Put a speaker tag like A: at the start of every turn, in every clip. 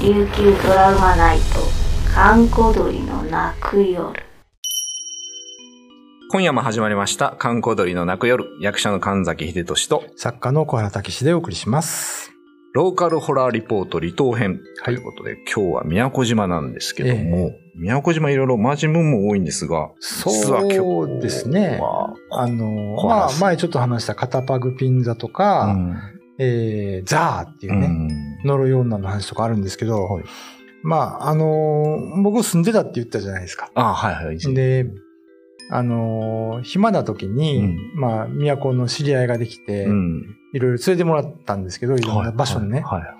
A: 琉球ドラマナイト閑古鳥の泣く夜
B: 今夜も始まりました、観光鳥の泣く夜、役者の神崎秀俊と、
C: 作家の小原武史でお送りします。
B: ローカルホラーリポート離島編と
C: はい
B: いうことで、今日は宮古島なんですけども、宮古島いろいろマジムも多いんですが、実は今日は
C: そうですね。あの、
B: 小
C: ま
B: 原
C: あ
B: さん、
C: 前ちょっと話したカタパグピンザとか、えー、ザーっていうね、呪い女の話とかあるんですけど、
B: はい
C: まあ、あのー僕住んでたって言ったじゃないですか。
B: あはいはい。
C: で、あのー暇な時に、
B: うん
C: まあ、都の知り合いができて、
B: うん
C: いろいろ連れてもらったんですけど、いろんな場所にね、
B: はいはい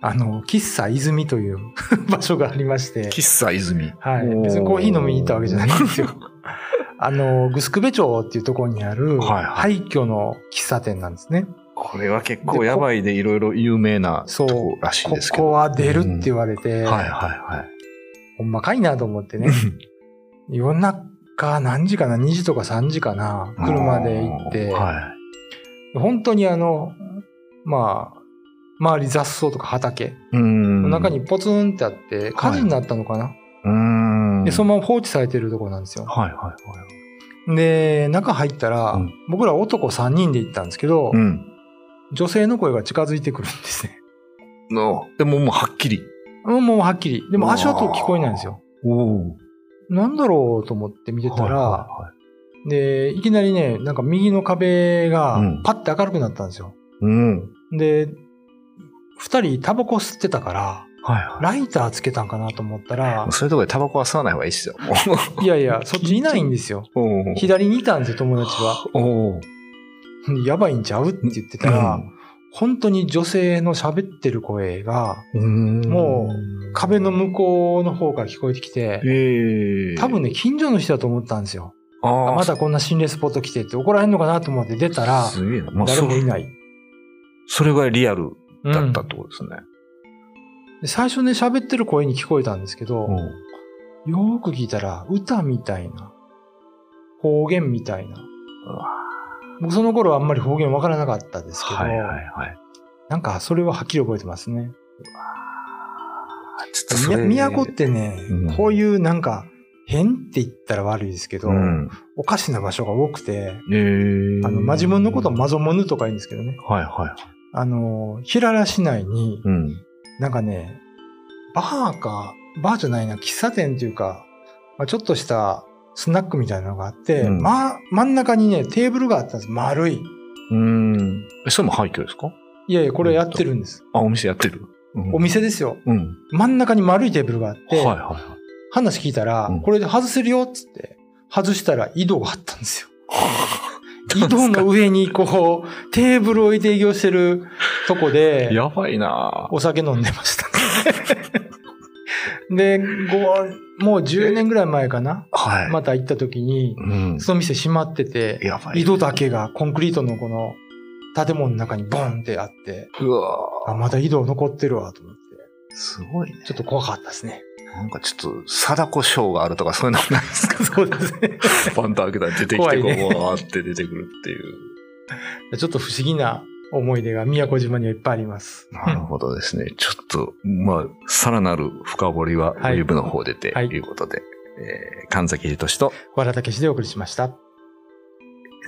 C: あの、喫茶泉という 場所がありまして、
B: 喫茶泉。
C: はい。別にコーヒー飲みに行ったわけじゃないんですよ。
B: は
C: あの、グスクベ町っていうところにある、
B: はいは
C: 廃墟の喫茶店なんですね。
B: これは結構やばいで、いろいろ有名な
C: そ
B: と
C: う
B: こらしいん
C: こ
B: ですけ
C: こ
B: ど。
C: は出るって言われ
B: は
C: て、
B: いは
C: ほんまかいなと思って
B: い
C: ね
B: は。。
C: 夜中何時かな ?2 時とか3時かない車で行って、
B: は
C: 本当にあの、まあ、周り雑草とか畑、
B: い。うん
C: 中に、ポツンってあって、火事になったのかな、
B: うん。
C: で、そのまま放置されてるところなんですよ。
B: はいはいはい。
C: で、中入ったら、
B: うん
C: 僕ら男3人で行ったんですけど、
B: うん。
C: 女性の声が近づいてくるんですね。
B: の、でももうはっきり。
C: うんもうはっきり。でも足音聞こえないんですよ。
B: おお。
C: なんだろうと思って見てたら、
B: は
C: で、いきなりね、なんか右の壁が
B: うん
C: パッて明るくなったんですよ。
B: いはい、うん。
C: で、二人タバコ吸ってたから、
B: はいは
C: ライターつけたんかなと思ったら
B: い。、そういうとこでタバコは吸わない方がいいっ すよ。
C: いやいや、そっちいないんですよ。
B: おー
C: 左にいたんですよ、友達は。
B: おー
C: やばいんちゃうって言ってたら、本当に女性の喋ってる声が、
B: うん
C: も壁の向こうの方から聞こえてきて、
B: ええ
C: 多分ね、近所の人だと思ったんですよ。
B: あ
C: あ
B: ー
C: まだこんな心霊スポット来てって怒られんのかなと思って出たら、
B: すげえな。まあ、
C: 誰
B: そ
C: もいない。
B: それぐらいリアルだった
C: う
B: っ
C: ん
B: てことですね。
C: で最初ね、喋ってる声に聞こえたんですけど、
B: うん
C: よーく聞いたら、歌みたいな、方言みたいな
B: わ。
C: 僕その頃はあんまり方言わからなかったですけど、
B: はいはいはい。
C: なんかそれははっきり覚えてますね。
B: あちょっとそれ
C: みや都ってね、
B: うん
C: こういうなんか変って言ったら悪いですけど、
B: うん。
C: おかしな場所が多くて、
B: ええ
C: あの、マジモンのことをマゾモヌとか言うんですけどね。
B: はいはい。
C: あの、平良市内に、
B: うん。
C: なんかね、バーか、バーじゃないな、喫茶店というか、まあ、ちょっとしたスナックみたいなのがあって、
B: うん
C: ま、真ん中にね、テーブルがあったんです。丸い。
B: うん。え、それも廃墟ですか
C: いやいや、これやってるんです。
B: あ、お店やってる。うん
C: お店ですよ。
B: うん。
C: 真ん中に丸いテーブルがあっ
B: はい
C: て、
B: はいはい。
C: 話聞いたら、
B: うん
C: これで外せるよっつって、外したら井戸があった んですよ。井戸の上にこう、テーブルを置いて営業してるとこで、
B: やばいなぁ
C: お酒飲んでました。 で、ごもう10年ぐらい前かな。
B: はい。
C: また行った時に、
B: うん。
C: その店閉まってて、
B: やばい。
C: 井戸だけがコンクリートのこの建物の中にボンってあって、
B: うわ
C: あ、まだ井戸残ってるわと思って、
B: ぁすごいね。
C: ちょっと怖かったですね。
B: なんかちょっと、貞子賞があるとか そういうのないですか
C: そうですね。
B: パンと開けたら出てき
C: 怖
B: て、
C: いね
B: こう、わーって出てくるっていう。
C: ちょっと不思議な思い出が宮古島にはいっぱいあります。
B: な るほどですね。ちょっと、まあ、さらなる深掘りは、ウ
C: はい
B: ェブの方でと
C: はい
B: いうことで、えー神崎秀俊と、
C: 小原武史でお送りしました。
B: で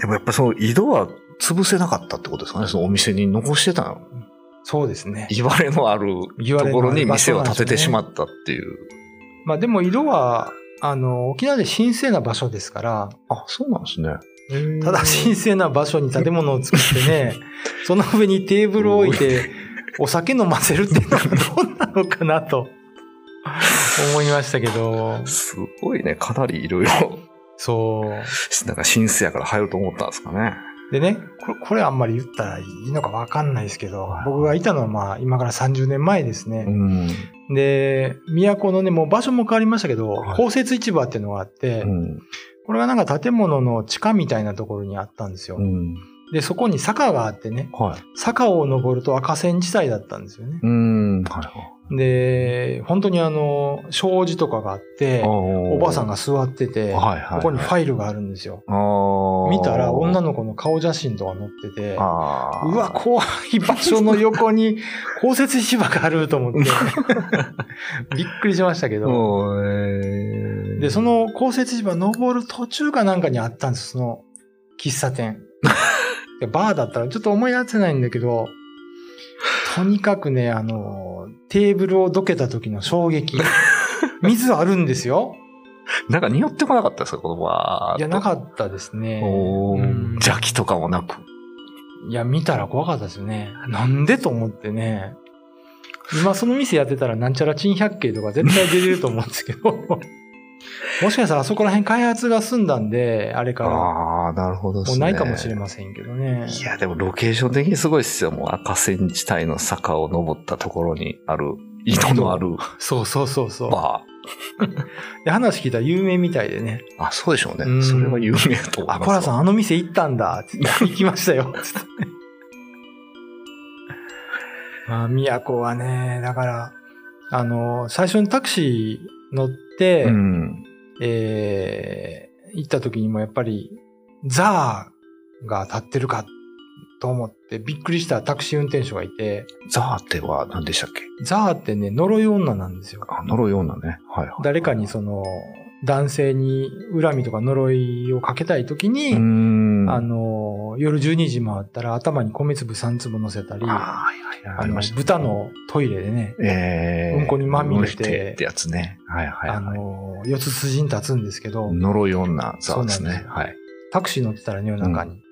B: もやっぱその、井戸は潰せなかったってことですかね。そのお店に残してたの。
C: そうですね。
B: 言われのある
C: 言わ
B: と
C: れ
B: ころに店を建ててしま
C: う。
B: ったっていう。
C: まあでも色は、あの、沖縄で神聖な場所ですから、
B: あ、そうなんですね。
C: ただ神聖な場所に建物を作ってね、その上にテーブルを置いて、お酒飲ませるっていうのはどうなのかなと思いましたけど、
B: すごいね。かなりいろいろ、
C: そう。
B: なんか新生やから入ると思ったんですかね。
C: でね、これ、これあんまり言ったらいいのかわかんないですけど、僕がいたのはまあ今から30年前です
B: う
C: ね。
B: ん。
C: で、都のね、もう場所も変わりましたけど
B: はい、
C: 公設市場っていうのがあって
B: う、ん。
C: これがなんか建物の地下みたいなところにあったんですよ
B: う。ん。
C: で、そこに坂があってね、
B: はい。
C: 坂を登ると赤線地帯だったんですよね。
B: うん。うん、はいはい。
C: で、本当にあの、障子とかがあって、お
B: お
C: ばあさんが
B: は
C: 座ってて、
B: いはいはい、
C: ここにファイルがあるんですよ。
B: あ
C: 見たら女
B: の
C: の子の顔写真とか載ってて、
B: あー
C: うわ、怖い場所の横に公設芝があると思って、 びっくりしましたけど。
B: おーえー
C: で、その公設芝登る途中かなんかにあったんです、その喫茶店。でバーだったらちょっと思い出せないんだけど、とにかくね、あの、テーブルをどけた時の衝撃。水あるんですよ。
B: なんか匂ってこなかったですかこのわーっ
C: い
B: と
C: や、なかったですね。
B: おー
C: うん
B: 邪気とかもなく。
C: いや、見たら怖かったですよね。なんでと思ってね。今その店やってたらなんちゃら珍百景とか絶対出れると思うんですけど。もしかしたらあそこら辺開発が済んだんで、あれから。も
B: ああ、なるほど
C: うないかもしれま
B: せ
C: せんけどね。
B: いや、でもロケーション的にすごいっすよ。もう赤線地帯の坂を登ったところにある、井戸のある
C: そうそうそうそう。
B: バ
C: で話聞いたら有名みたいでね。
B: ー。あ、そうでしょう
C: うん
B: ね。それは有名だと思いますわ。
C: あ、コラさんあの店行ったんだ。つって行きまし たよ。つってまあ、宮古はね、だから、あの、最初にタクシー乗って、
B: うん。
C: えー行った時にもやっぱり、ザーが立ってるかと思ってびっくりしたタクシー運転手がいて、
B: ザーテは何でしたっけ
C: ザーってね、呪い女なんですよ。
B: あ、呪いようなね。はいはい。
C: 誰かにその、男性に恨みとか呪いをかけたい時に、
B: うーん。
C: あの、夜12時回ったら頭に米粒3粒乗せたり、
B: あー、はいはいはい。
C: あ
B: あり
C: の
B: ました。
C: 豚。のトイレでね、
B: えー、
C: うんこにまみれて
B: うんこってやつね。はいはい
C: あ
B: はい。
C: の、四つ筋に立つんですけど、
B: 呪い女ザーです
C: そうなんで
B: ね
C: す。よ
B: はい。
C: タクシー乗ってたらね夜中に、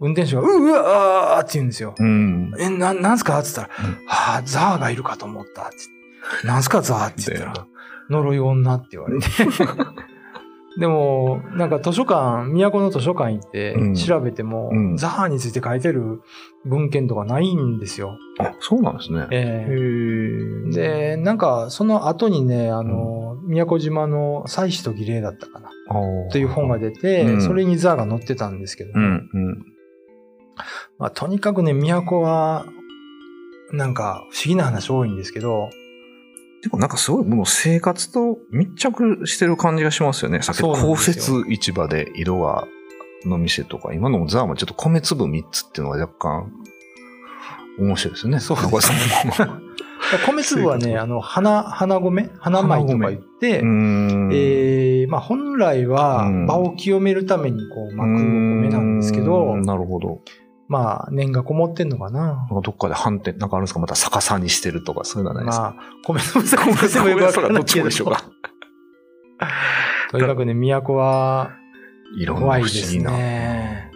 C: 運転手が、ううわーって言うんですよ。
B: うん。
C: え、な、なんすかって言ったら、
B: う
C: はあ、ザーがいるかと思った。ってなんすかザーって言ったら、呪い女って言わ れて。でも、なんか図書館、都の図書館行って
B: うん
C: 調べても、
B: うん
C: ザーについて書いてる文献とかないんですよ。
B: あ、そうなんですね。
C: ええ
B: ー
C: で、なんかその後にね、あの、宮古島の祭祀と儀礼だったかな、という本が出て、
B: うん
C: それにザーが載ってたんですけど、
B: うん、うん。
C: まあ、とにかくね、都は、なんか不思議な話多いんですけど、
B: でもなんかすごいもう生活と密着してる感じがしますよね。さっき
C: そうなん
B: 公
C: ですよ
B: 設市場で色はの店とか、今のもザーもちょっと米粒3つっていうのが若干面白いですね。
C: そうですね
B: 中岡さんも
C: 米粒はね、あの、花、花米花米とか言って、
B: うーん。
C: えーまあ本来は
B: うん
C: 場を清めるためにこう
B: うー
C: 巻くお米なんですけど、
B: なるほど。
C: まあ念がこもってんのかな。
B: なんかどっかで反転、なんかあるんですかまた逆さにしてるとか、そういうのはないですか、
C: まあ、米粒さんも
B: 米粒
C: よ
B: が
C: くわかん
B: ど
C: な
B: っ
C: い
B: ち
C: け
B: も
C: ど
B: 一緒か。
C: とにかくね、都は、
B: いろんな不
C: 怖い
B: 思
C: です
B: 議な。
C: ね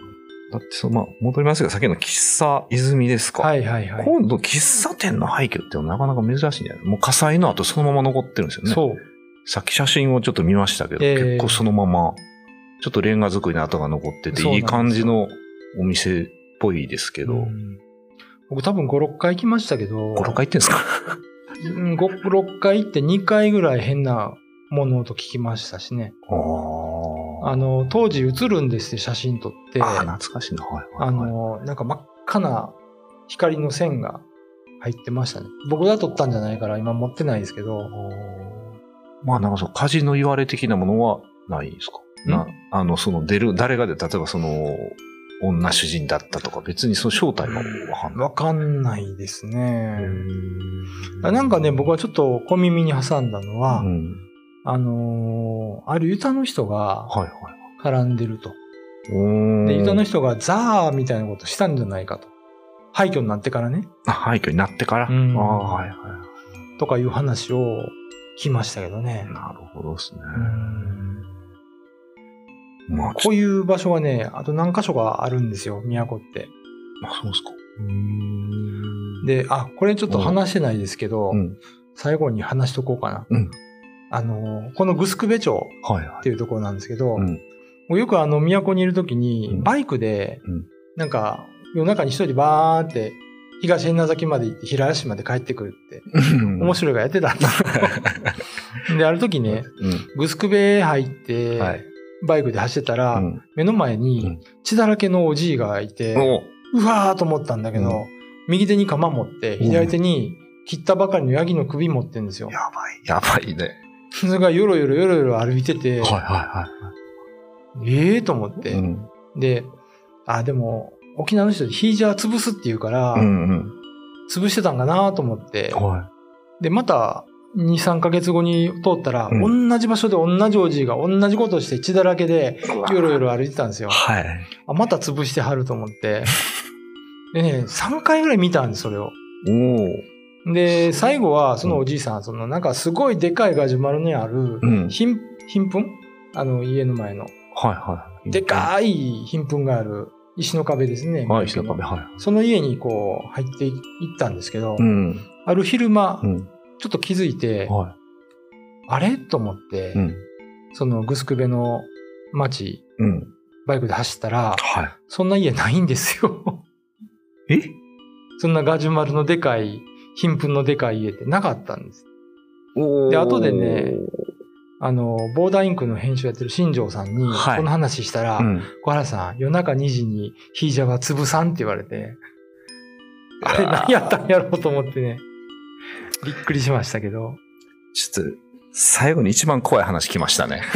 B: だってその、まあ、戻りますけど、さっきの喫茶泉ですか。
C: はいはいはい。
B: 今度、喫茶店の廃墟っていうのはなかなか珍しいんじゃないもう火災の後そのまま残ってるんですよね。
C: そう。
B: さっき写真をちょっと見ましたけど、
C: ええ
B: 結構そのまま、ちょっとレンガ作りの跡が残ってて、
C: そうなん
B: い
C: ですよ
B: い感じのお店っぽいですけど、
C: うん僕多分5、6回行きましたけど、
B: 5、6回行ってんですか
C: うん5、6回行って2回ぐらい変なものと聞きましたしね。
B: あ
C: あ
B: ー
C: の、当時映るんですって写真撮って、
B: あー、懐かしいな。はいはいはい
C: あの、なんか真っ赤な光の線が入ってましたね。僕が撮ったんじゃないから今持ってないですけど、
B: まあなんかそう、火事の言われ的なものはないんですか
C: ん
B: なあの、その出る、誰がで、例えばその、女主人だったとか、別にその正体がわかんない。
C: わかんないですね。
B: う
C: なんかね、僕はちょっと小耳に挟んだのは、
B: うん、
C: あのーあるユタの人が
B: はいはい。
C: 絡んでると。
B: うーん
C: で、ユタの人がザーみたいなことしたんじゃないかと。廃墟になってからね。
B: あ廃墟になってから。あ
C: うん
B: あ、はいは
C: とかいう話を聞きましたけどね
B: い。。なるほどですね。
C: うん
B: まあ、
C: こ
B: いう
C: いう場所はね、あと何箇所かあるんですよ、都って。
B: あ、そうですか。うーん
C: で、あ、これちょっと話してないですけど、
B: うん。
C: 最後に話しとこうかな。
B: うん
C: あの、このグスクベ町
B: はいは
C: っ
B: い。
C: ていうところなんですけど、
B: うん
C: もうよくあの、都にいるときに
B: う、ん
C: バイクで、
B: うん
C: なんか、夜中に一人でバーって、東遠名崎まで行って、平安市まで帰ってくるって、面白いがやってたんです よで、ある時ね、グスクベ入って、
B: はい
C: バイクで走ってたら、
B: うん。
C: 目の前
B: う
C: に
B: ん
C: 血だらけのおじいがいて、
B: うん。お
C: うわーと思ったんだけど、
B: う
C: 右手に鎌持って、左手に切ったばかりのヤギの首持ってんですよ。
B: やばい。やばいね。
C: それがよろよろよろよろ歩いて
B: は
C: て、
B: いはい
C: ええと思って。
B: はい。うん。
C: で、あ、でも、沖縄の人でヒージャー潰すって言うから、
B: うんうん。
C: 潰してたんかなと思って、
B: は
C: で、また、2、3ヶ月後に通ったら、
B: う
C: 同じ場所で同じおじいが同じことして血だらけで、
B: い。
C: よろよろ歩いてたんですよ。
B: はい。
C: あ、また潰してはると思 って。でね、3回ぐらい見たんです、それを。
B: おお。
C: で、最後は、そのおじいさん、そのなんかすごいでかいガジュマルにある
B: う、ん。
C: 貧、貧粉あの、家の前の。
B: はいはい。
C: でかい貧粉がある、石の壁ですね。
B: はい、石の壁、はい。
C: その家にこう、入っていったんですけど、
B: うん。
C: ある昼間
B: う、ん。
C: ちょっと気づいて、
B: は
C: あれと思って、
B: い。うん。
C: そのグスクベの街、
B: うん。
C: バイクで走ったら、
B: は
C: そんな家ないんですよ。
B: い。え
C: そんなガジュマルのでかい、貧粉のでかい家ってなかったんです。
B: おー
C: で後でね、あの、ボーダーインクの編集やってる新庄さんに、
B: はい
C: この話したら、
B: うん。
C: 小原さん、夜中2時にヒージャは潰さんって言われて、あれ
B: いやー
C: 何やったんやろうと思ってね、びっくりしましたけど。
B: ちょっと、最後に一番怖い話来ましたね。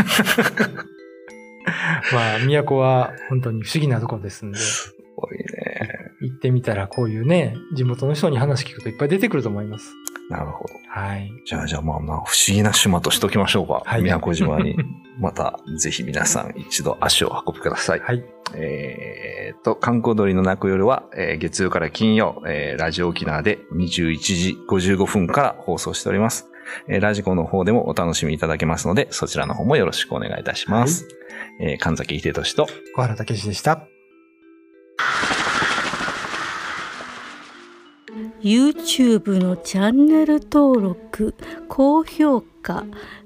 C: まあ、都は本当に不思議なとこですんで、
B: すごいね。
C: 行ってみたらこういうね、地元の人に話聞くといっぱい出てくると思います。
B: なるほど。
C: はい。
B: じゃあ、じゃあ、まあまあ、不思議な島としておきましょうか。
C: はい
B: 宮古島 に。また、ぜひ皆さん一度足を運びください。
C: はい。
B: えーっと、観光鳥の泣く夜は、えー月曜から金曜、えーラジオ沖縄で21時55分から放送しております。えーラジコの方でもお楽しみいただけますので、そちらの方もよろしくお願いいたします。えー神崎秀俊と、
C: 小原武史でした。
D: YouTube のチャンネル登録高評価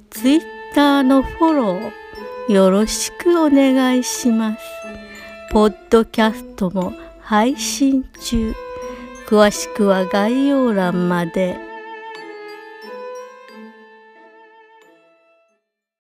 D: Twitter のフォローよろしくお願いしますポッドキャストも配信中詳しくは概要欄まで。